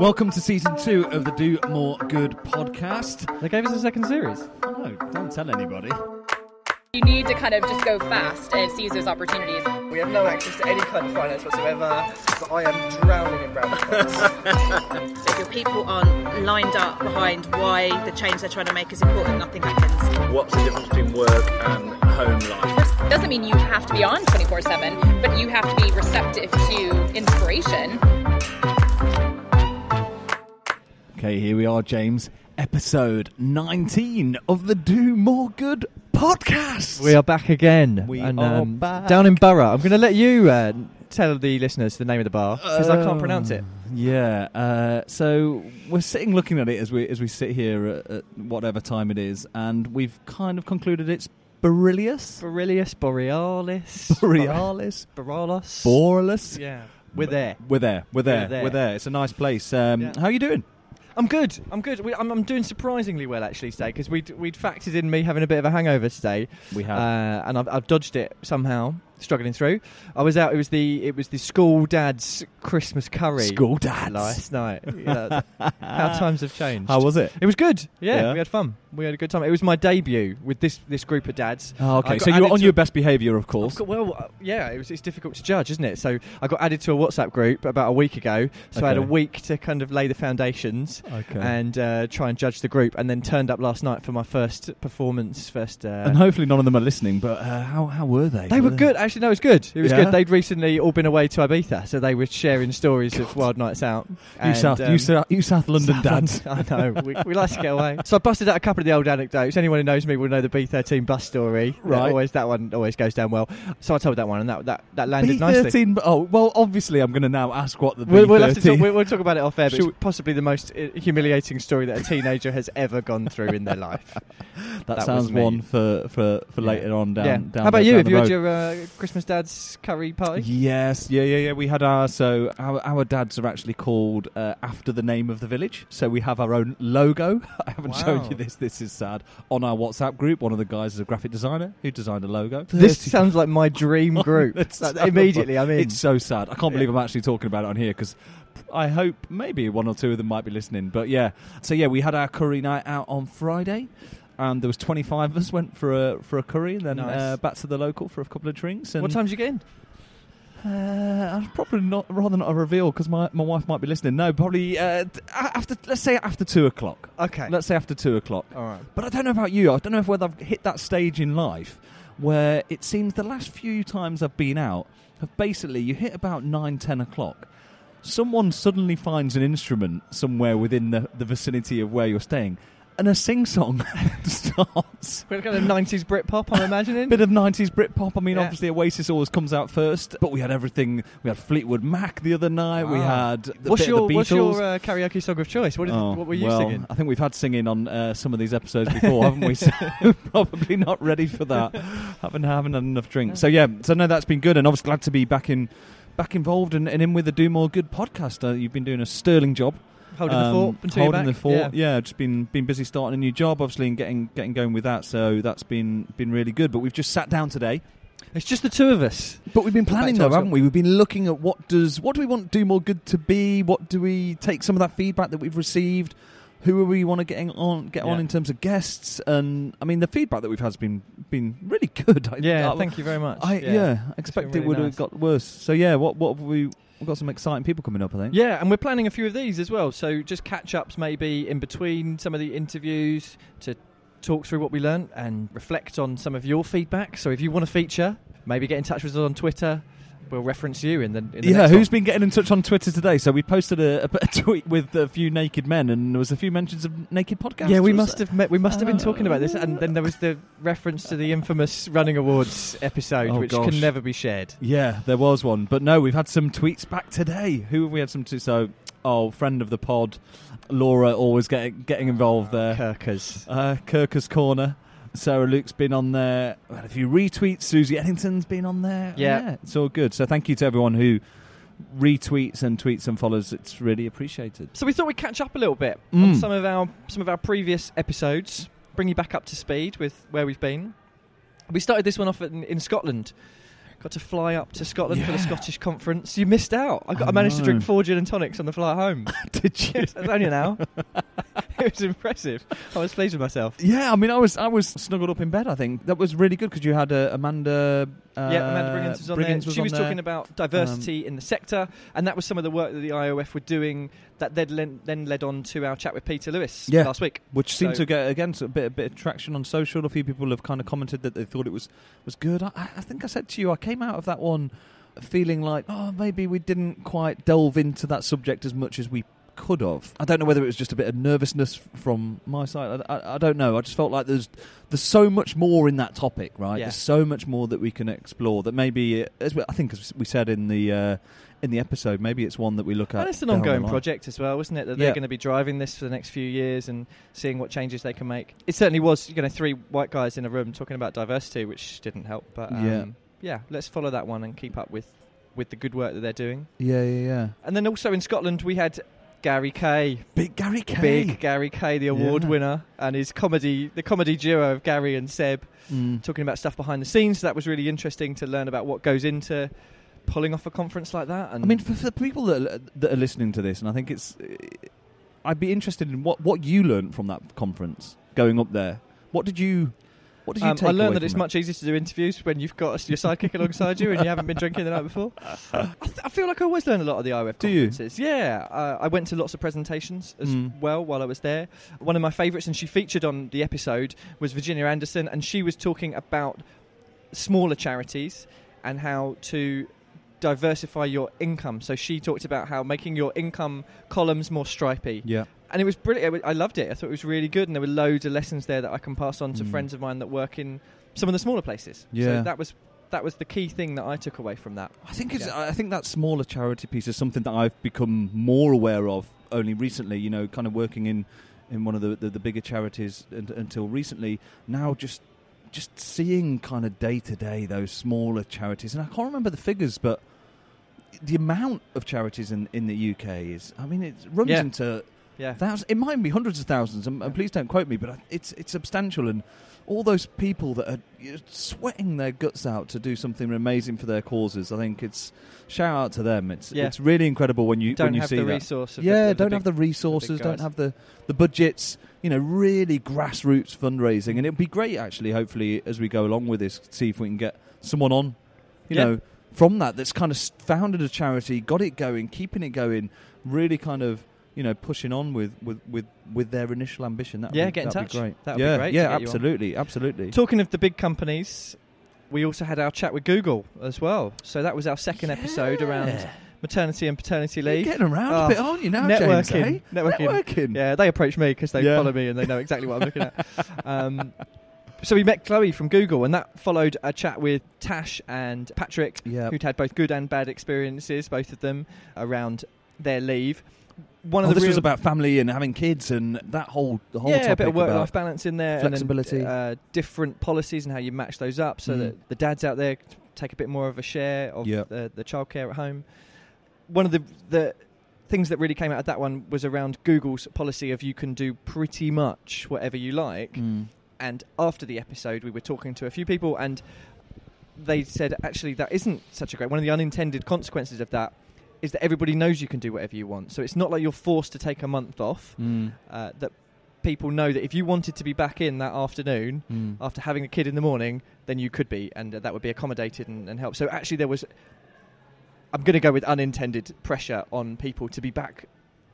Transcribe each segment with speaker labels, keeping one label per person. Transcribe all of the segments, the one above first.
Speaker 1: Welcome to season two of the Do More Good podcast.
Speaker 2: They gave us a second series.
Speaker 1: No, don't tell anybody.
Speaker 3: You need to kind of just go fast and seize those opportunities.
Speaker 4: We have no access to any kind of finance whatsoever, but I am drowning in brown colours.
Speaker 5: If your people aren't lined up behind why the change they're trying to make is important, nothing happens.
Speaker 6: What's the difference between work and home life?
Speaker 3: It doesn't mean you have to be on 24 7, but you have to be receptive to inspiration.
Speaker 1: Okay, here we are, James. Episode 19 of the Do More Good podcast.
Speaker 2: We are back again.
Speaker 1: We
Speaker 2: and,
Speaker 1: are
Speaker 2: um,
Speaker 1: back.
Speaker 2: Down in Borough. I'm going to let you uh, tell the listeners the name of the bar because I can't pronounce it.
Speaker 1: Yeah. Uh, so we're sitting looking at it as we as we sit here at, at whatever time it is, and we've kind of concluded it's Borrelius.
Speaker 2: Borrelius, Borealis.
Speaker 1: Borealis.
Speaker 2: Borealis.
Speaker 1: Borrelius.
Speaker 2: yeah. We're there.
Speaker 1: We're there. We're there. We're there.
Speaker 2: there.
Speaker 1: It's a nice place. Um,
Speaker 2: Yeah.
Speaker 1: How are you doing?
Speaker 2: I'm good. I'm good. We, I'm, I'm doing surprisingly well actually today because we'd, we'd factored in me having a bit of a hangover today.
Speaker 1: We have.
Speaker 2: Uh, and I've, I've dodged it somehow, struggling through. I was out. It was the it was the school dad's Christmas curry.
Speaker 1: School dads.
Speaker 2: last night. Yeah. how times have changed.
Speaker 1: How was it?
Speaker 2: It was good. Yeah,
Speaker 1: Yeah.
Speaker 2: we had fun. We had a good time. It was my debut with this this group of dads.
Speaker 1: Oh,
Speaker 2: I
Speaker 1: okay.
Speaker 2: got
Speaker 1: So you were
Speaker 2: added
Speaker 1: on
Speaker 2: to-
Speaker 1: your best behaviour, of
Speaker 2: I've
Speaker 1: course.
Speaker 2: got- well, uh, yeah, it was, it's difficult to judge, isn't it? So I got added to a WhatsApp group about a week ago. So I had a
Speaker 1: Okay.
Speaker 2: week to kind of lay the foundations
Speaker 1: Okay.
Speaker 2: and uh, try and judge the group, and then turned up last night for my first performance. First, uh,
Speaker 1: and hopefully none of them are listening. But uh, how how were they?
Speaker 2: They were good. Actually, no, it was good. It was
Speaker 1: Yeah?
Speaker 2: good. They'd recently all been away to Ibiza, so they were sharing stories of wild nights out.
Speaker 1: You
Speaker 2: And,
Speaker 1: South,
Speaker 2: um,
Speaker 1: you South, you South London
Speaker 2: South
Speaker 1: dads.
Speaker 2: London- I know. We, we like to get away. So I busted out a couple of the old anecdotes. Anyone who knows me will know the B13 bus story. That
Speaker 1: Right.
Speaker 2: Always that one always goes down well. So I told that one, and that that, that landed nicely.
Speaker 1: B13. Oh well, obviously I'm going to now ask what the
Speaker 2: We'll, we'll have to talk,
Speaker 1: B13
Speaker 2: we'll, we'll talk about it off air, but
Speaker 1: Should we-
Speaker 2: it's possibly the most uh, humiliating story that a teenager has ever gone through in their life.
Speaker 1: That,
Speaker 2: That
Speaker 1: sounds
Speaker 2: was me.
Speaker 1: one for for, for
Speaker 2: Yeah.
Speaker 1: later on down.
Speaker 2: yeah.
Speaker 1: down
Speaker 2: How about
Speaker 1: the,
Speaker 2: you?
Speaker 1: down
Speaker 2: Have
Speaker 1: the
Speaker 2: you had
Speaker 1: road.
Speaker 2: your uh, Christmas dad's curry party?
Speaker 1: Yes, yeah, yeah, yeah. We had our so our, our dads are actually called uh, after the name of the village. So we have our own logo. I haven't shown
Speaker 2: Wow.
Speaker 1: you this. This is sad. On our WhatsApp group, one of the guys is a graphic designer who designed a logo.
Speaker 2: This
Speaker 1: 30
Speaker 2: sounds like my dream group.
Speaker 1: That's
Speaker 2: Like,
Speaker 1: terrible.
Speaker 2: immediately, I mean,
Speaker 1: It's so sad. I can't believe I'm actually talking about it on here because I hope maybe one or two of them might be listening. But yeah, so yeah, we had our curry night out on Friday. And there was 25 of us went for a for a curry, and then
Speaker 2: Nice.
Speaker 1: uh, back to the local for a couple of drinks. And
Speaker 2: what time did you get in?
Speaker 1: Uh, I'd probably not rather not a reveal because my, my wife might be listening. No, probably uh, t- a- after let's say after two o'clock.
Speaker 2: Okay.
Speaker 1: Let's say after two o'clock.
Speaker 2: All right.
Speaker 1: But I don't know about you. I don't know if whether I've hit that stage in life where it seems the last few times I've been out have basically you hit about nine, ten o'clock. Someone suddenly finds an instrument somewhere within the, the vicinity of where you're staying, and a sing song starts.
Speaker 2: We're kind of 90s Britpop, I'm imagining.
Speaker 1: Bit of 90s Britpop. I mean,
Speaker 2: Yeah.
Speaker 1: obviously, Oasis always comes out first, but we had everything. We had Fleetwood Mac the other night. We
Speaker 2: Wow.
Speaker 1: had the
Speaker 2: Ah. what's
Speaker 1: bit
Speaker 2: your
Speaker 1: of the Beatles.
Speaker 2: what's your uh, karaoke song of choice? What, did,
Speaker 1: Oh,
Speaker 2: what were you
Speaker 1: well,
Speaker 2: singing?
Speaker 1: I think we've had singing on uh, some of these episodes before, haven't we? So probably not ready for that. haven't haven't had enough drinks. So yeah, so no, that's been good, and I was glad to be back in back involved and, and in with the Do More Good podcast. Uh, you've been doing a sterling job,
Speaker 2: Holding the
Speaker 1: Um,
Speaker 2: fort until
Speaker 1: holding
Speaker 2: you're
Speaker 1: the
Speaker 2: back.
Speaker 1: fort.
Speaker 2: Yeah.
Speaker 1: Yeah. just been been busy starting a new job, obviously, and getting getting going with that. So that's been been really good. But we've just sat down today.
Speaker 2: It's just the two of us.
Speaker 1: But we've been
Speaker 2: Back
Speaker 1: planning
Speaker 2: to
Speaker 1: though,
Speaker 2: our
Speaker 1: haven't
Speaker 2: sort-
Speaker 1: we? We've been looking at what does what do we want Do More Good to be? What do we take some of that feedback that we've received? Who are we want to get on get on
Speaker 2: Yeah.
Speaker 1: in terms of guests? And I mean, the feedback that we've had has been been really good. I,
Speaker 2: Yeah,
Speaker 1: I,
Speaker 2: thank you very much.
Speaker 1: I, yeah. I expect
Speaker 2: really
Speaker 1: it would have
Speaker 2: nice.
Speaker 1: got worse. So yeah, what what have we we've got some exciting people coming up? I think.
Speaker 2: Yeah, and we're planning a few of these as well. So just catch ups maybe in between some of the interviews to talk through what we learnt and reflect on some of your feedback. So if you want to feature, maybe get in touch with us on Twitter. We'll reference you in the, in the
Speaker 1: Yeah,
Speaker 2: next
Speaker 1: who's
Speaker 2: one.
Speaker 1: been getting in touch on Twitter today? So we posted a, a, tweet with a few naked men, and there was a few mentions of naked podcasts.
Speaker 2: Yeah, we
Speaker 1: was
Speaker 2: must
Speaker 1: there?
Speaker 2: have met, we must have been talking about this,
Speaker 1: Uh,
Speaker 2: and then there was the reference to the infamous running awards episode,
Speaker 1: Oh,
Speaker 2: which
Speaker 1: gosh.
Speaker 2: can never be shared.
Speaker 1: Yeah, there was one, but no, we've had some tweets back today. Who have we had some to? So, oh, friend of the pod, Laura, always getting getting involved there.
Speaker 2: Kirkers.
Speaker 1: Uh, Kirkus Corner, Sarah Luke's been on there. We had a few retweets. Susie Eddington's been on there.
Speaker 2: Yeah.
Speaker 1: it's all good. So, thank you to everyone who retweets and tweets and follows. It's really appreciated.
Speaker 2: So we thought we'd catch up a little bit
Speaker 1: Mm.
Speaker 2: on some of our some of our previous episodes, bring you back up to speed with where we've been. We started this one off in, in Scotland Got to fly up to Scotland for the
Speaker 1: Yeah.
Speaker 2: Scottish conference. You missed out. I, got,
Speaker 1: I
Speaker 2: I, managed to drink
Speaker 1: know.
Speaker 2: four gin and tonics on the flight home.
Speaker 1: Did you?
Speaker 2: it was only an hour. it was impressive. I was pleased with myself.
Speaker 1: Yeah, I mean, I was I was snuggled up in bed. I think that was really good because you had uh, Amanda. Uh,
Speaker 2: yeah, Amanda Briggins was on there.
Speaker 1: Briggins
Speaker 2: she was
Speaker 1: on there. Um,
Speaker 2: talking about diversity in the sector, and that was some of the work that the IOF were doing that then led, then led on to our chat with Peter Lewis
Speaker 1: Yeah.
Speaker 2: last week.
Speaker 1: which seemed
Speaker 2: So-
Speaker 1: to get again a bit a bit of traction on social. A few people have kind of commented that they thought it was was good. I, I think I said to you, I came out of that one feeling like, oh, maybe we didn't quite delve into that subject as much as we could have. I don't know whether it was just a bit of nervousness from my side. I, I, I don't know. I just felt like there's there's so much more in that topic, right?
Speaker 2: Yeah.
Speaker 1: There's so much more that we can explore. That maybe, uh, as we, I think, as we said in the uh, in the episode, maybe it's one that we look at.
Speaker 2: And it's an
Speaker 1: down the
Speaker 2: ongoing
Speaker 1: line.
Speaker 2: project as well, isn't it? That they're
Speaker 1: Yeah.
Speaker 2: going to be driving this for the next few years and seeing what changes they can make. It certainly was, you know, three white guys in a room talking about diversity, which didn't help. But um,
Speaker 1: Yeah.
Speaker 2: yeah, let's follow that one and keep up with with the good work that they're doing.
Speaker 1: Yeah, yeah, yeah.
Speaker 2: And then also in Scotland, we had Gary Kay,
Speaker 1: Big Gary Kay.
Speaker 2: big Gary Kay, the award
Speaker 1: Yeah.
Speaker 2: winner, and his comedy, the comedy duo of Gary and Seb,
Speaker 1: Mm.
Speaker 2: talking about stuff behind the scenes. So that was really interesting to learn about what goes into pulling off a conference like that. And
Speaker 1: I mean, for, for the people that, that are listening to this, and I think it's, eh, I'd be interested in what, what you learned from that conference going up there. What did you, what did you
Speaker 2: Um,
Speaker 1: take?
Speaker 2: I learned
Speaker 1: away
Speaker 2: that it's
Speaker 1: from it?
Speaker 2: much easier to do interviews when you've got your sidekick alongside you and you haven't been drinking the night before. I, th- I feel like I always learn a lot of the IOF
Speaker 1: Do you?
Speaker 2: conferences. Yeah, uh, I went to lots of presentations as
Speaker 1: Mm.
Speaker 2: well while I was there. One of my favourites, and she featured on the episode, was Virginia Anderson, and she was talking about smaller charities and how to diversify your income. So she talked about how making your income columns more stripy
Speaker 1: Yeah,
Speaker 2: and it was brilliant. It wa- I loved it. I thought it was really good, and there were loads of lessons there that I can pass on to
Speaker 1: Mm.
Speaker 2: friends of mine that work in some of the smaller places.
Speaker 1: Yeah.
Speaker 2: So that was that was the key thing that I took away from that.
Speaker 1: I think it's,
Speaker 2: Yeah.
Speaker 1: I think that smaller charity piece is something that I've become more aware of only recently. You know, kind of working in in one of the the, the bigger charities and, until recently. Now just just seeing kind of day to day those smaller charities, and I can't remember the figures, but the amount of charities in in the UK is, I mean, it runs
Speaker 2: Yeah.
Speaker 1: into
Speaker 2: Yeah.
Speaker 1: Thousands, it might be hundreds of thousands, and, and please don't quote me, but I- it's it's substantial. And all those people that are you know, sweating their guts out to do something amazing for their causes, I think it's shout out to them. It's
Speaker 2: Yeah.
Speaker 1: it's really incredible when you
Speaker 2: don't
Speaker 1: when you
Speaker 2: have
Speaker 1: see
Speaker 2: the
Speaker 1: that.
Speaker 2: resource. Of
Speaker 1: yeah,
Speaker 2: the,
Speaker 1: don't have the resources, don't
Speaker 2: guys.
Speaker 1: have the the budgets. You know, really grassroots fundraising, and it'd be great actually. Hopefully, as we go along with this, see if we can get someone on. You
Speaker 2: Yeah.
Speaker 1: know, from that that's kind of s- founded a charity, got it going, keeping it going, really kind of you know pushing on with with with, with their initial ambition. That
Speaker 2: Yeah,
Speaker 1: be,
Speaker 2: get in
Speaker 1: that'd
Speaker 2: touch.
Speaker 1: Be great.
Speaker 2: That would be
Speaker 1: yeah,
Speaker 2: great to
Speaker 1: yeah,
Speaker 2: get you on.
Speaker 1: absolutely, absolutely.
Speaker 2: Talking of the big companies, we also had our chat with Google as well. So that was our second episode around maternity and paternity
Speaker 1: You're
Speaker 2: leave.
Speaker 1: getting around
Speaker 2: Oh,
Speaker 1: a bit, aren't you now,
Speaker 2: networking,
Speaker 1: James? eh?
Speaker 2: networking.
Speaker 1: networking.
Speaker 2: Yeah, they approach me because they
Speaker 1: Yeah.
Speaker 2: follow me and they know exactly what I'm looking at. Um, so we met Chloe from Google, and that followed a chat with Tash and Patrick,
Speaker 1: Yeah.
Speaker 2: who'd had both good and bad experiences, both of them, around their leave. One
Speaker 1: Oh,
Speaker 2: of the
Speaker 1: this was
Speaker 2: real-
Speaker 1: about family and having kids and that whole the whole
Speaker 2: yeah, a
Speaker 1: topic
Speaker 2: bit of
Speaker 1: about-
Speaker 2: work-life balance in there, and then,
Speaker 1: flexibility.
Speaker 2: uh, different policies, and how you match those up so
Speaker 1: Mhm.
Speaker 2: that the dads out there take a bit more of a share of
Speaker 1: Yeah.
Speaker 2: the, the childcare at home. One of the the things that really came out of that one was around Google's policy of you can do pretty much whatever you like.
Speaker 1: Mm.
Speaker 2: And after the episode, we were talking to a few people, and they said actually that isn't such a great. One of the unintended consequences of that is that everybody knows you can do whatever you want. So it's not like you're forced to take a month off
Speaker 1: Mm.
Speaker 2: uh, that people know that if you wanted to be back in that afternoon
Speaker 1: Mm.
Speaker 2: after having a kid in the morning, then you could be, and uh, that would be accommodated and, and help. So actually, there was. I'm going to go with unintended pressure on people to be back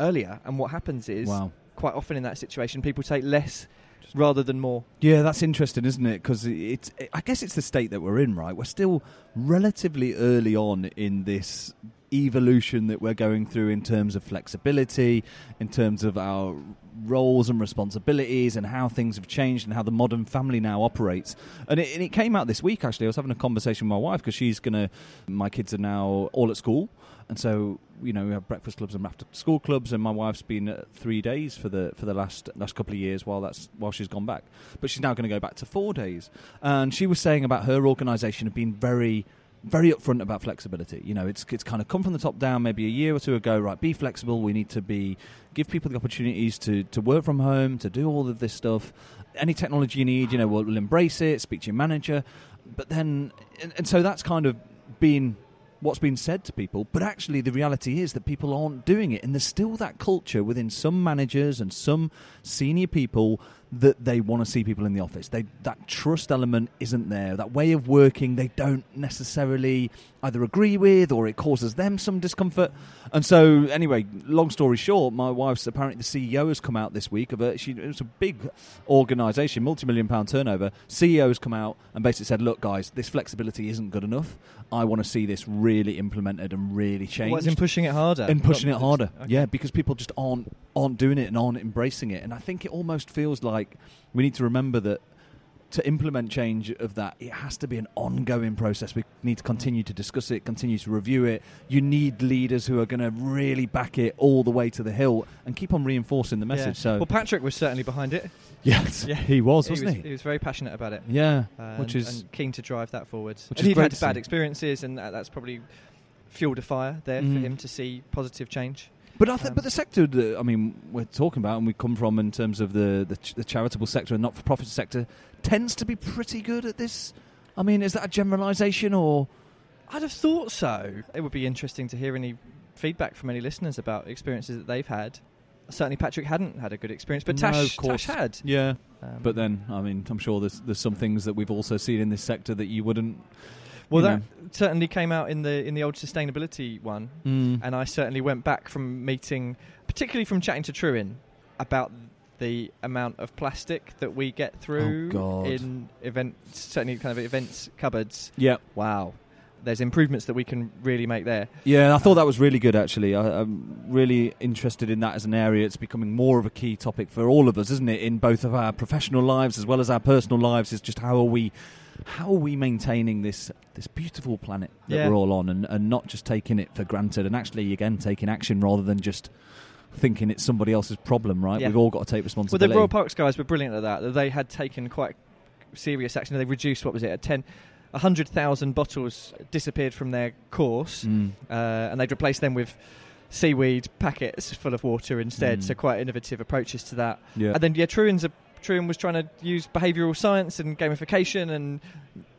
Speaker 2: earlier, and what happens is
Speaker 1: Wow.
Speaker 2: quite often in that situation, people take less rather than more.
Speaker 1: Yeah, that's interesting, isn't it? Because it's, it, I guess it's the state that we're in, right? We're still relatively early on in this evolution that we're going through in terms of flexibility, in terms of our roles and responsibilities, and how things have changed and how the modern family now operates. And it, and it came out this week, actually. I was having a conversation with my wife because she's going to, my kids are now all at school. And so, you know, we have breakfast clubs and after school clubs, and my wife's been at three days for the for the last last couple of years while that's while she's gone back, but she's now going to go back to four days. And she was saying about her organisation have been very very upfront about flexibility. You know, it's it's kind of come from the top down maybe a year or two ago, right? Be flexible. We need to be give people the opportunities to to work from home, to do all of this stuff. Any technology you need, you know, we'll, we'll embrace it. Speak to your manager, but then and, and so that's kind of being what's been said to people, but actually the reality is that people aren't doing it, and there's still that culture within some managers and some senior people that they want to see people in the office. They that trust element isn't there. That way of working they don't necessarily either agree with or it causes them some discomfort. And so anyway, long story short, my wife's apparently the CEO has come out this week of a she it's a big organisation, multi million pound turnover. CEO has come out and basically said, Look guys, this flexibility isn't good enough. I want to see this really implemented and really changed
Speaker 2: What's in pushing it harder?
Speaker 1: and pushing it
Speaker 2: Not-
Speaker 1: harder.
Speaker 2: Okay.
Speaker 1: Yeah, because people just aren't aren't doing it and aren't embracing it. And I think it almost feels like we need to remember that to implement change of that, it has to be an ongoing process. We need to continue to discuss it, continue to review it. You need leaders who are going to really back it all the way to the hill and keep on reinforcing the
Speaker 2: Yeah.
Speaker 1: message. So
Speaker 2: well, Patrick was certainly behind it.
Speaker 1: yes,
Speaker 2: Yeah.
Speaker 1: he was, wasn't he?
Speaker 2: was, was very passionate about it.
Speaker 1: yeah,
Speaker 2: and,
Speaker 1: which is
Speaker 2: and keen to drive that forward.
Speaker 1: Which
Speaker 2: and
Speaker 1: is
Speaker 2: he'd
Speaker 1: great
Speaker 2: had
Speaker 1: to
Speaker 2: bad
Speaker 1: see.
Speaker 2: experiences, and that, that's probably fueled a fire there
Speaker 1: Mm.
Speaker 2: for him to see positive change.
Speaker 1: But I th-
Speaker 2: Um,
Speaker 1: but the sector that I mean we're talking about and we come from in terms of the the, ch- the charitable sector and not for profit sector tends to be pretty good at this. I mean, is that a generalisation or
Speaker 2: I'd have thought so. It would be interesting to hear any feedback from any listeners about experiences that they've had. Certainly, Patrick hadn't had a good experience, but
Speaker 1: No,
Speaker 2: Tash,
Speaker 1: of course.
Speaker 2: Tash had.
Speaker 1: yeah?
Speaker 2: Um,
Speaker 1: But then I mean I'm sure there's there's some things that we've also seen in this sector that you wouldn't.
Speaker 2: well,
Speaker 1: you
Speaker 2: that certainly came out in the in the old sustainability one,
Speaker 1: know.
Speaker 2: and I certainly went back from meeting, particularly from chatting to Truin about the amount of plastic that we get through
Speaker 1: Oh, God.
Speaker 2: in events, certainly kind of events cupboards.
Speaker 1: yeah,
Speaker 2: Wow, there's improvements that we can really make there.
Speaker 1: yeah. I thought that was really good actually. I, I'm really interested in that as an area. It's becoming more of a key topic for all of us, isn't it? In both of our professional lives as well as our personal lives, is just how are we how are we maintaining this this beautiful planet that
Speaker 2: Yeah.
Speaker 1: we're all on and, and not just taking it for granted and actually again taking action rather than just thinking it's somebody else's problem right
Speaker 2: Yeah.
Speaker 1: we've all got to take
Speaker 2: Well, the
Speaker 1: responsibility
Speaker 2: Royal Parks guys were brilliant at that. that They had taken quite serious action. They reduced what was it, a ten. 100,000 bottles disappeared from their course,
Speaker 1: Mm.
Speaker 2: uh, and they'd replaced them with seaweed packets full of water instead.
Speaker 1: Mm.
Speaker 2: So, quite innovative approaches to that.
Speaker 1: yeah
Speaker 2: And then yeah, Truan's a, Truan was trying to use behavioural science and gamification and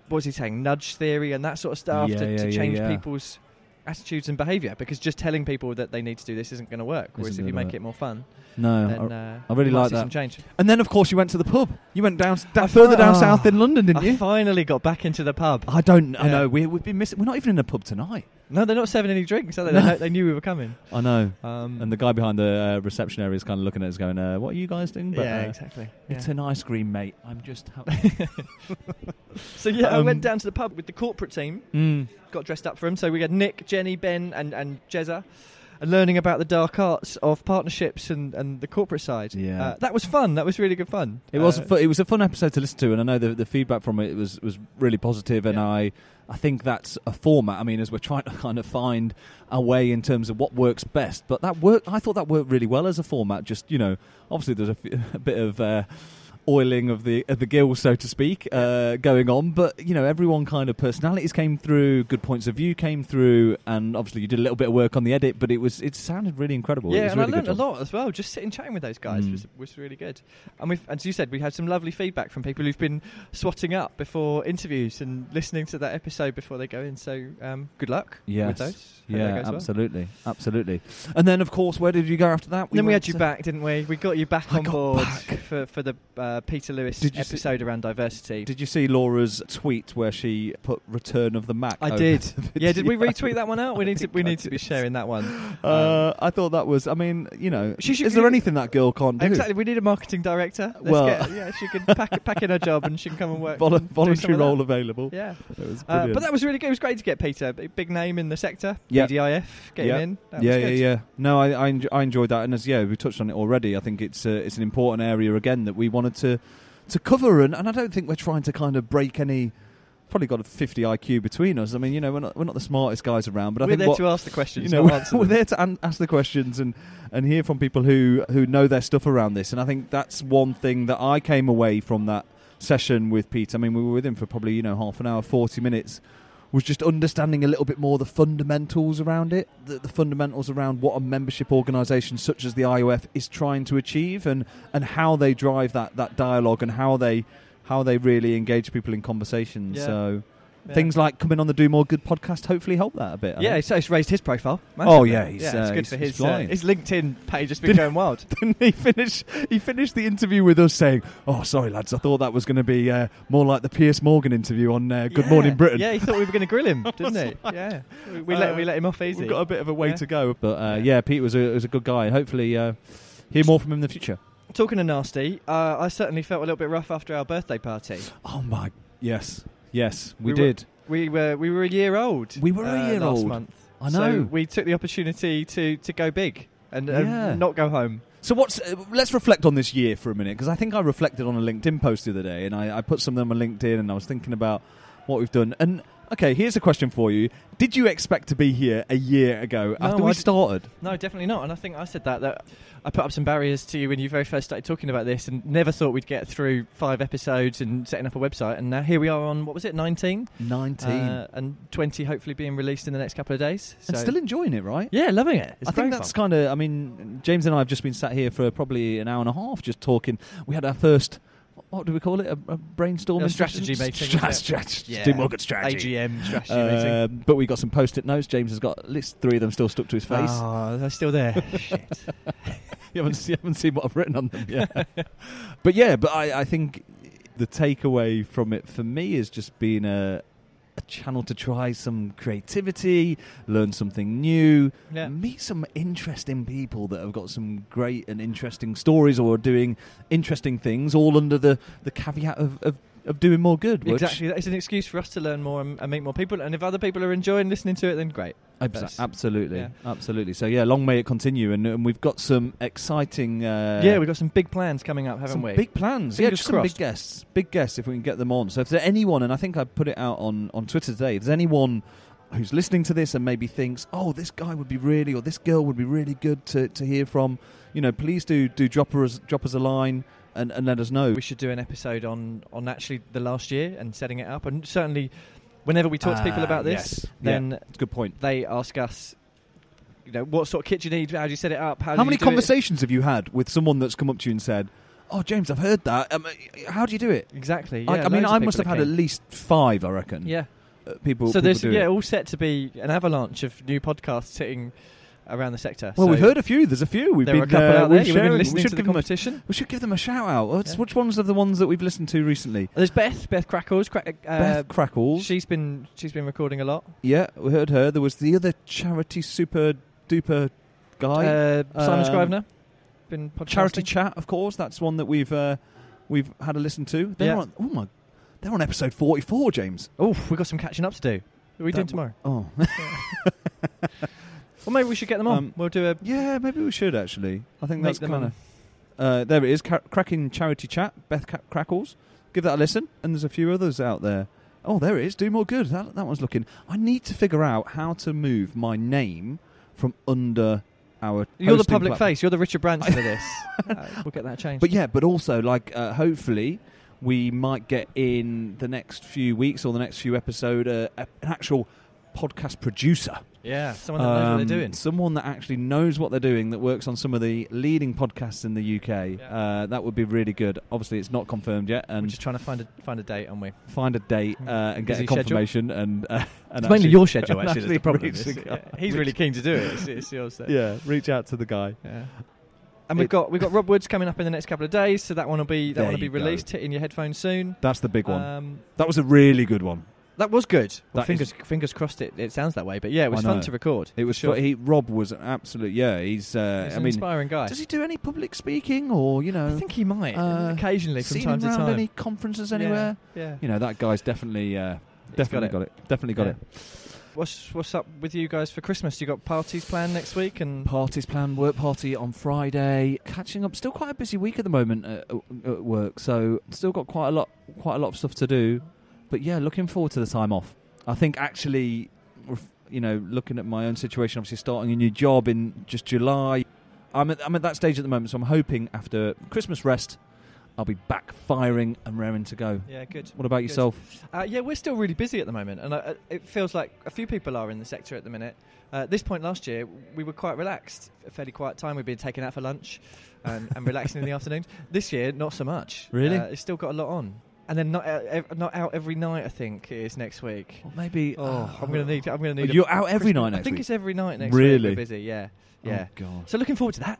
Speaker 2: what was he saying, nudge theory and that sort of stuff
Speaker 1: Yeah,
Speaker 2: to,
Speaker 1: yeah,
Speaker 2: to
Speaker 1: yeah,
Speaker 2: change
Speaker 1: yeah.
Speaker 2: people's attitudes and behaviour. Because just telling people that they need to do this isn't going to work. Whereas
Speaker 1: Isn't
Speaker 2: if you
Speaker 1: gonna
Speaker 2: make
Speaker 1: work.
Speaker 2: it more fun,
Speaker 1: no
Speaker 2: then
Speaker 1: I-
Speaker 2: uh,
Speaker 1: really
Speaker 2: you might
Speaker 1: like
Speaker 2: see
Speaker 1: that.
Speaker 2: Some change.
Speaker 1: and then of course you went to the pub you went down, s- down
Speaker 2: I
Speaker 1: further
Speaker 2: fi-
Speaker 1: down
Speaker 2: oh.
Speaker 1: south in london didn't
Speaker 2: I
Speaker 1: you Ah.
Speaker 2: finally got back into the pub.
Speaker 1: I don't. I
Speaker 2: Yeah.
Speaker 1: know. We, we've been missing. We're not even in a pub tonight.
Speaker 2: No, they're not serving any drinks. Are they?
Speaker 1: No.
Speaker 2: They, know- they knew we were coming.
Speaker 1: I know.
Speaker 2: Um,
Speaker 1: And the guy behind the uh, reception area is kind of looking at us, going, uh, "What are you guys doing?"
Speaker 2: yeah,
Speaker 1: uh,
Speaker 2: exactly.
Speaker 1: It's
Speaker 2: Yeah.
Speaker 1: an ice cream, mate. I'm just. Ha-
Speaker 2: So yeah, I
Speaker 1: Um,
Speaker 2: went down to the pub with the corporate team.
Speaker 1: Mm.
Speaker 2: got dressed up for him. So we had Nick, Jenny, Ben, and and Jezza, and learning about the dark arts of partnerships and, and the corporate side.
Speaker 1: Yeah.
Speaker 2: uh, that was fun. That was really good fun.
Speaker 1: It was
Speaker 2: Uh,
Speaker 1: a fu- it was a fun episode to listen to, and I know the, the feedback from it was, was really positive, and
Speaker 2: Yeah.
Speaker 1: I I think that's a format. I mean, as we're trying to kind of find a way in terms of what works best, but that worked. I thought that worked really well as a format. Just you know, obviously there's a, f- a bit of. Uh, Oiling of the of the gill, so to speak, uh, going on, but you know everyone kind of personalities came through, good points of view came through, and obviously you did a little bit of work on the edit, but it was it sounded really incredible. It
Speaker 2: yeah,
Speaker 1: was
Speaker 2: and
Speaker 1: really
Speaker 2: I
Speaker 1: good
Speaker 2: learned a
Speaker 1: job.
Speaker 2: lot as well. Just sitting chatting with those guys
Speaker 1: Mm.
Speaker 2: was, was really good. And we've, as you said, we had some lovely feedback from people who've been swatting up before interviews and listening to that episode before they go in. So um, good luck
Speaker 1: Yes.
Speaker 2: with those. Hope that
Speaker 1: Yeah,
Speaker 2: goes well.
Speaker 1: absolutely, absolutely. And then, of course, where did you go after that?
Speaker 2: And then we
Speaker 1: went
Speaker 2: had you
Speaker 1: to-
Speaker 2: back, didn't we? We got you back
Speaker 1: I
Speaker 2: on
Speaker 1: got
Speaker 2: board
Speaker 1: back.
Speaker 2: for for the uh, Peter Lewis
Speaker 1: Did you see-
Speaker 2: episode around diversity.
Speaker 1: Did you see Laura's tweet where she put "Return of the Mac"?
Speaker 2: I
Speaker 1: over
Speaker 2: did.
Speaker 1: Oh, the
Speaker 2: Yeah, did we
Speaker 1: video?
Speaker 2: retweet that one out?
Speaker 1: I
Speaker 2: We need to
Speaker 1: think
Speaker 2: we
Speaker 1: I
Speaker 2: need to be
Speaker 1: did.
Speaker 2: sharing that one.
Speaker 1: Uh, I thought that was. I mean, you know,
Speaker 2: She should
Speaker 1: is there
Speaker 2: be-
Speaker 1: anything that girl can't do?
Speaker 2: Exactly. We need a marketing director. Let's
Speaker 1: Well-
Speaker 2: get, yeah, she can pack, pack in her job and she can come and work.
Speaker 1: Vol-
Speaker 2: and do some
Speaker 1: voluntary
Speaker 2: of that.
Speaker 1: role available.
Speaker 2: Yeah,
Speaker 1: It was
Speaker 2: uh,
Speaker 1: brilliant.
Speaker 2: but that was really good. It was great to get Peter, b- big name in the sector.
Speaker 1: Yeah.
Speaker 2: BDIF, get
Speaker 1: Yeah.
Speaker 2: him in. That
Speaker 1: yeah,
Speaker 2: was
Speaker 1: yeah,
Speaker 2: good.
Speaker 1: yeah. No, I, I, enj- I enjoyed that, and as yeah, we touched on it already. I think it's uh, it's an important area again that we wanted to to cover, and, and I don't think we're trying to kind of break any. Probably got a 50 IQ between us. I mean, you know, we're not we're not the smartest guys around, but I
Speaker 2: We're
Speaker 1: think
Speaker 2: there
Speaker 1: what,
Speaker 2: to ask the questions.
Speaker 1: you know,
Speaker 2: not
Speaker 1: we're,
Speaker 2: answer
Speaker 1: we're
Speaker 2: them.
Speaker 1: there to an- ask the questions and, and hear from people who, who know their stuff around this. And I think that's one thing that I came away from that session with Pete. I mean, we were with him for probably, you know, half an hour, 40 minutes, was just understanding a little bit more the fundamentals around it, the, the fundamentals around what a membership organisation such as the IOF is trying to achieve and, and how they drive that, that dialogue and how they how they really engage people in conversation.
Speaker 2: Yeah.
Speaker 1: So Things like coming on the Do More Good podcast hopefully help that a bit. I
Speaker 2: Yeah,
Speaker 1: think.
Speaker 2: it's, it's raised his profile.
Speaker 1: Oh,
Speaker 2: massively.
Speaker 1: yeah, he's,
Speaker 2: yeah,
Speaker 1: uh,
Speaker 2: it's good
Speaker 1: he's-
Speaker 2: for
Speaker 1: he's
Speaker 2: his uh,
Speaker 1: flying.
Speaker 2: his LinkedIn page has been
Speaker 1: Did-
Speaker 2: going wild.
Speaker 1: Didn't he finish? He finished the interview with us saying, "Oh, sorry, lads, I thought that was going to be uh, more like the Piers Morgan interview on uh, Good
Speaker 2: Yeah.
Speaker 1: Morning Britain."
Speaker 2: Yeah, he thought we were going to grill him, didn't he? Yeah, we, we
Speaker 1: Uh,
Speaker 2: let we let him off easy.
Speaker 1: We've got a bit of a way
Speaker 2: Yeah.
Speaker 1: to go, but uh,
Speaker 2: Yeah.
Speaker 1: yeah, Pete was a was a good guy, and hopefully uh, hear more from him in the future.
Speaker 2: Talking of nasty, uh, I certainly felt a little bit rough after our birthday party.
Speaker 1: Oh my, yes, yes, we,
Speaker 2: We were-
Speaker 1: did.
Speaker 2: We were we were a year old.
Speaker 1: We were a
Speaker 2: uh,
Speaker 1: year
Speaker 2: last
Speaker 1: old.
Speaker 2: Month.
Speaker 1: I
Speaker 2: So
Speaker 1: know.
Speaker 2: we took the opportunity to to go big and uh,
Speaker 1: Yeah.
Speaker 2: not go home.
Speaker 1: So what's? Uh, let's reflect on this year for a minute because I think I reflected on a LinkedIn post the other day, and I, I put something on my LinkedIn, and I was thinking about what we've done. And okay, here's a question for you: Did you expect to be here a year ago
Speaker 2: No,
Speaker 1: after
Speaker 2: I
Speaker 1: we
Speaker 2: d-
Speaker 1: started?
Speaker 2: No, definitely not. And I think I said that that I put up some barriers to you when you very first started talking about this, and never thought we'd get through five episodes and setting up a website. And now here we are on what was it, nineteen,
Speaker 1: Nineteen,
Speaker 2: uh, and twenty, hopefully being released in the next couple of days. So
Speaker 1: and still enjoying it, right?
Speaker 2: yeah, loving it. It's
Speaker 1: I think
Speaker 2: great
Speaker 1: that's
Speaker 2: fun.
Speaker 1: kind of. I mean, James and I have just been sat here for probably an hour and a half, just talking. We had our first. What do we call it? A, a brainstorming
Speaker 2: A strategy
Speaker 1: session?
Speaker 2: meeting,
Speaker 1: Stra-
Speaker 2: wasn't it?
Speaker 1: strategy.
Speaker 2: Yeah.
Speaker 1: Do more good strategy.
Speaker 2: AGM strategy meeting.
Speaker 1: Um, but we got some post-it notes. James has got at least three of them still stuck to his face.
Speaker 2: Oh, they're still there. Shit.
Speaker 1: you, haven't, se- you haven't seen what I've written on them. Yeah. but yeah, but I, I think the takeaway from it for me is just being a, a channel to try some creativity, learn something new,
Speaker 2: Yeah.
Speaker 1: meet some interesting people that have got some great and interesting stories or are doing interesting things, all under the, the caveat of, of, of doing more good. Which
Speaker 2: Exactly. It's an excuse for us to learn more and, and meet more people. And if other people are enjoying listening to it, then great.
Speaker 1: Abso-
Speaker 2: That's-
Speaker 1: absolutely,
Speaker 2: yeah.
Speaker 1: absolutely. So yeah, long may it continue, and, and we've got some exciting. Uh,
Speaker 2: yeah, we've got some big plans coming up, haven't
Speaker 1: some
Speaker 2: we?
Speaker 1: big plans. yeah,
Speaker 2: Fingers
Speaker 1: just some big
Speaker 2: crossed.
Speaker 1: guests. Big guests if we can get them on. So if there's anyone, and I think I put it out on, on Twitter today, if there's anyone who's listening to this and maybe thinks, oh, this guy would be really, or this girl would be really good to, to hear from, you know, please do do drop us drop us a line and, and let us know.
Speaker 2: we should do an episode on on actually the last year and setting it up. And certainly, whenever we talk to people
Speaker 1: Ah,
Speaker 2: about this,
Speaker 1: yes.
Speaker 2: then
Speaker 1: It's a good point.
Speaker 2: they ask us, you know, what sort of kit you need, how do you set it up, how,
Speaker 1: How
Speaker 2: do
Speaker 1: many
Speaker 2: you do it?
Speaker 1: conversations have you had with someone that's come up to you and said, oh, James, I've heard that. Um, uh, how do you do it?
Speaker 2: Exactly.
Speaker 1: I,
Speaker 2: yeah,
Speaker 1: I mean,
Speaker 2: loads of
Speaker 1: I must have
Speaker 2: people
Speaker 1: had at
Speaker 2: that came.
Speaker 1: least five, I reckon.
Speaker 2: Yeah.
Speaker 1: uh, people.
Speaker 2: so
Speaker 1: people
Speaker 2: there's
Speaker 1: do
Speaker 2: yeah,
Speaker 1: it.
Speaker 2: all set to be an avalanche of new podcasts sitting around the sector.
Speaker 1: Well,
Speaker 2: So
Speaker 1: we've heard a few. There's a few. We've
Speaker 2: there
Speaker 1: been
Speaker 2: are a couple
Speaker 1: uh,
Speaker 2: out
Speaker 1: we're
Speaker 2: there. You've
Speaker 1: sharing-
Speaker 2: been
Speaker 1: we
Speaker 2: listening
Speaker 1: should
Speaker 2: to the
Speaker 1: give them a-
Speaker 2: competition.
Speaker 1: We should give them a shout out. What's-
Speaker 2: Yeah.
Speaker 1: Which ones are the ones that we've listened to recently?
Speaker 2: Oh, There's Beth, Beth Crackles. Cra- uh,
Speaker 1: Beth Crackles.
Speaker 2: She's been she's been recording a lot.
Speaker 1: yeah, we heard her. There was the other charity super duper guy.
Speaker 2: uh, Simon
Speaker 1: um,
Speaker 2: Scrivener been podcasting.
Speaker 1: charity chat, of course. That's one that we've uh, we've had a listen to. They're
Speaker 2: Yeah.
Speaker 1: on, oh my, they're on episode forty-four, James.
Speaker 2: Oh, we got some catching up to do. What are we
Speaker 1: That w-
Speaker 2: doing tomorrow?
Speaker 1: Oh,
Speaker 2: Well, maybe we should get them on.
Speaker 1: Um,
Speaker 2: we'll do a
Speaker 1: yeah, maybe we should actually. I think
Speaker 2: Make
Speaker 1: that's
Speaker 2: them
Speaker 1: kind of
Speaker 2: on.
Speaker 1: uh, there. It is Ca- cracking charity chat. Beth Ca- Crackles, give that a listen. And there's a few others out there. Oh, there it is. Do more good. That that one's looking. I need to figure out how to move my name from under our.
Speaker 2: You're the
Speaker 1: hosting
Speaker 2: public
Speaker 1: platform.
Speaker 2: face. You're the Richard Branson of this. Uh, we'll get that changed.
Speaker 1: But yeah, but also like uh, hopefully we might get in the next few weeks or the next few episode uh, a- an actual podcast producer.
Speaker 2: yeah, someone that knows what
Speaker 1: Um,
Speaker 2: they're doing.
Speaker 1: Someone that actually knows what they're doing, that works on some of the leading podcasts in the UK.
Speaker 2: Yeah.
Speaker 1: Uh, that would be really good. Obviously, it's not confirmed yet,
Speaker 2: We're
Speaker 1: and
Speaker 2: just trying to find a find a date, aren't we?
Speaker 1: find a date uh, and get
Speaker 2: Hmm. Busy
Speaker 1: a
Speaker 2: schedule.
Speaker 1: confirmation. And, uh, and
Speaker 2: It's mainly
Speaker 1: actually-
Speaker 2: your schedule,
Speaker 1: and
Speaker 2: actually. That's the problem.
Speaker 1: reach
Speaker 2: It's-
Speaker 1: the guy.
Speaker 2: yeah, he's really keen to do it. It's, it's yours. Though.
Speaker 1: Yeah, reach out to the guy.
Speaker 2: Yeah. And we've
Speaker 1: It-
Speaker 2: got we've got Rob Woods coming up in the next couple of days, so that one will be that
Speaker 1: There
Speaker 2: one will be
Speaker 1: you go.
Speaker 2: released. Hit in your headphones soon.
Speaker 1: That's the big one.
Speaker 2: Um,
Speaker 1: that was a really good one.
Speaker 2: that was good. Well,
Speaker 1: That
Speaker 2: fingers fingers crossed. It, it sounds that way, but yeah, it
Speaker 1: I
Speaker 2: was
Speaker 1: know.
Speaker 2: fun to record.
Speaker 1: It was.
Speaker 2: Sure.
Speaker 1: He Rob was an absolute. Yeah, he's. Uh,
Speaker 2: He's
Speaker 1: I
Speaker 2: an
Speaker 1: mean,
Speaker 2: inspiring guy.
Speaker 1: does he do any public speaking or you know?
Speaker 2: I think he might
Speaker 1: uh,
Speaker 2: occasionally from
Speaker 1: seen
Speaker 2: time
Speaker 1: him
Speaker 2: to
Speaker 1: around
Speaker 2: time.
Speaker 1: any conferences
Speaker 2: Yeah,
Speaker 1: anywhere?
Speaker 2: Yeah.
Speaker 1: You know, that guy's definitely. Uh,
Speaker 2: He's got
Speaker 1: Definitely
Speaker 2: it.
Speaker 1: got it. Definitely got
Speaker 2: Yeah.
Speaker 1: it.
Speaker 2: What's what's up with you guys for Christmas? You got parties planned next week, and
Speaker 1: Parties planned, work party on Friday. Catching up. Still quite a busy week at the moment at, at work, so still got quite a lot, quite a lot of stuff to do. But yeah, looking forward to the time off. I think actually, ref- you know, looking at my own situation, obviously starting a new job in just July. I'm at, I'm at that stage at the moment, so I'm hoping after Christmas rest, I'll be back firing and raring to go.
Speaker 2: yeah, good.
Speaker 1: What about
Speaker 2: Good.
Speaker 1: yourself?
Speaker 2: Uh, yeah, we're still really busy at the moment, and uh, it feels like a few people are in the sector at the minute. Uh, at this point last year, we were quite relaxed, a fairly quiet time. We'd been taken out for lunch and, and relaxing in the afternoons. This year, not so much.
Speaker 1: Really?
Speaker 2: uh, it's still got a lot on. and then not out, ev- not out every night. I think it is next week.
Speaker 1: Well, maybe. uh,
Speaker 2: Oh, I'm gonna need. I'm gonna need. a
Speaker 1: You're out every
Speaker 2: Christmas-
Speaker 1: night
Speaker 2: I
Speaker 1: next
Speaker 2: think
Speaker 1: week?
Speaker 2: it's every night next week.
Speaker 1: Really?
Speaker 2: We're busy. Yeah.
Speaker 1: Oh,
Speaker 2: Yeah.
Speaker 1: God.
Speaker 2: So looking forward to that.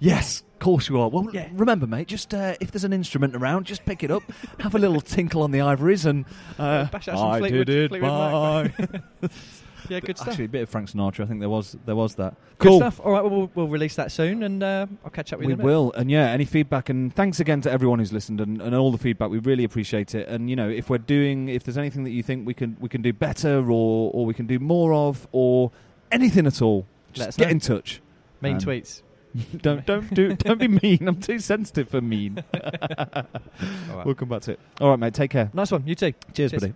Speaker 1: Yes, of course you are. Well,
Speaker 2: Yeah.
Speaker 1: remember, mate, just uh, if there's an instrument around, just pick it up, have a little tinkle on the ivories, and uh,
Speaker 2: Bash out some Fleetwood- Fleetwood Mac. Yeah. Good stuff.
Speaker 1: Actually, a bit of Frank Sinatra. I think there was there was that.
Speaker 2: Good stuff. All right. Well, we'll, we'll release that soon, and uh, I'll catch up with
Speaker 1: We
Speaker 2: you. in a bit.
Speaker 1: will, and yeah, any feedback, and thanks again to everyone who's listened and, and all the feedback. We really appreciate it. And you know, if we're doing, if there's anything that you think we can we can do better, or or we can do more of, or anything at all,
Speaker 2: Let
Speaker 1: just
Speaker 2: us
Speaker 1: get
Speaker 2: know.
Speaker 1: in touch.
Speaker 2: Mean
Speaker 1: Um,
Speaker 2: tweets.
Speaker 1: don't don't do don't be mean. I'm too sensitive for mean.
Speaker 2: All right.
Speaker 1: We'll come back to it. All right, mate. Take care.
Speaker 2: Nice one. You too.
Speaker 1: Cheers,
Speaker 2: Cheers.
Speaker 1: buddy.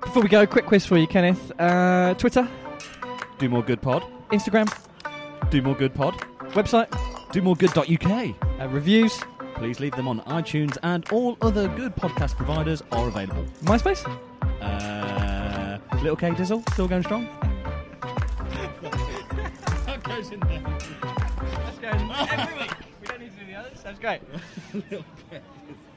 Speaker 2: Before we go, quick quiz for you, Kenneth. Uh, Twitter,
Speaker 1: Do more good pod.
Speaker 2: Instagram,
Speaker 1: Do more good pod.
Speaker 2: website,
Speaker 1: Do more good.uk.
Speaker 2: uh, reviews,
Speaker 1: Please leave them on iTunes and all other good podcast providers are available.
Speaker 2: MySpace.
Speaker 1: Uh, Little K Dizzle still going strong.
Speaker 2: Every week. We don't need to do the others. That's great.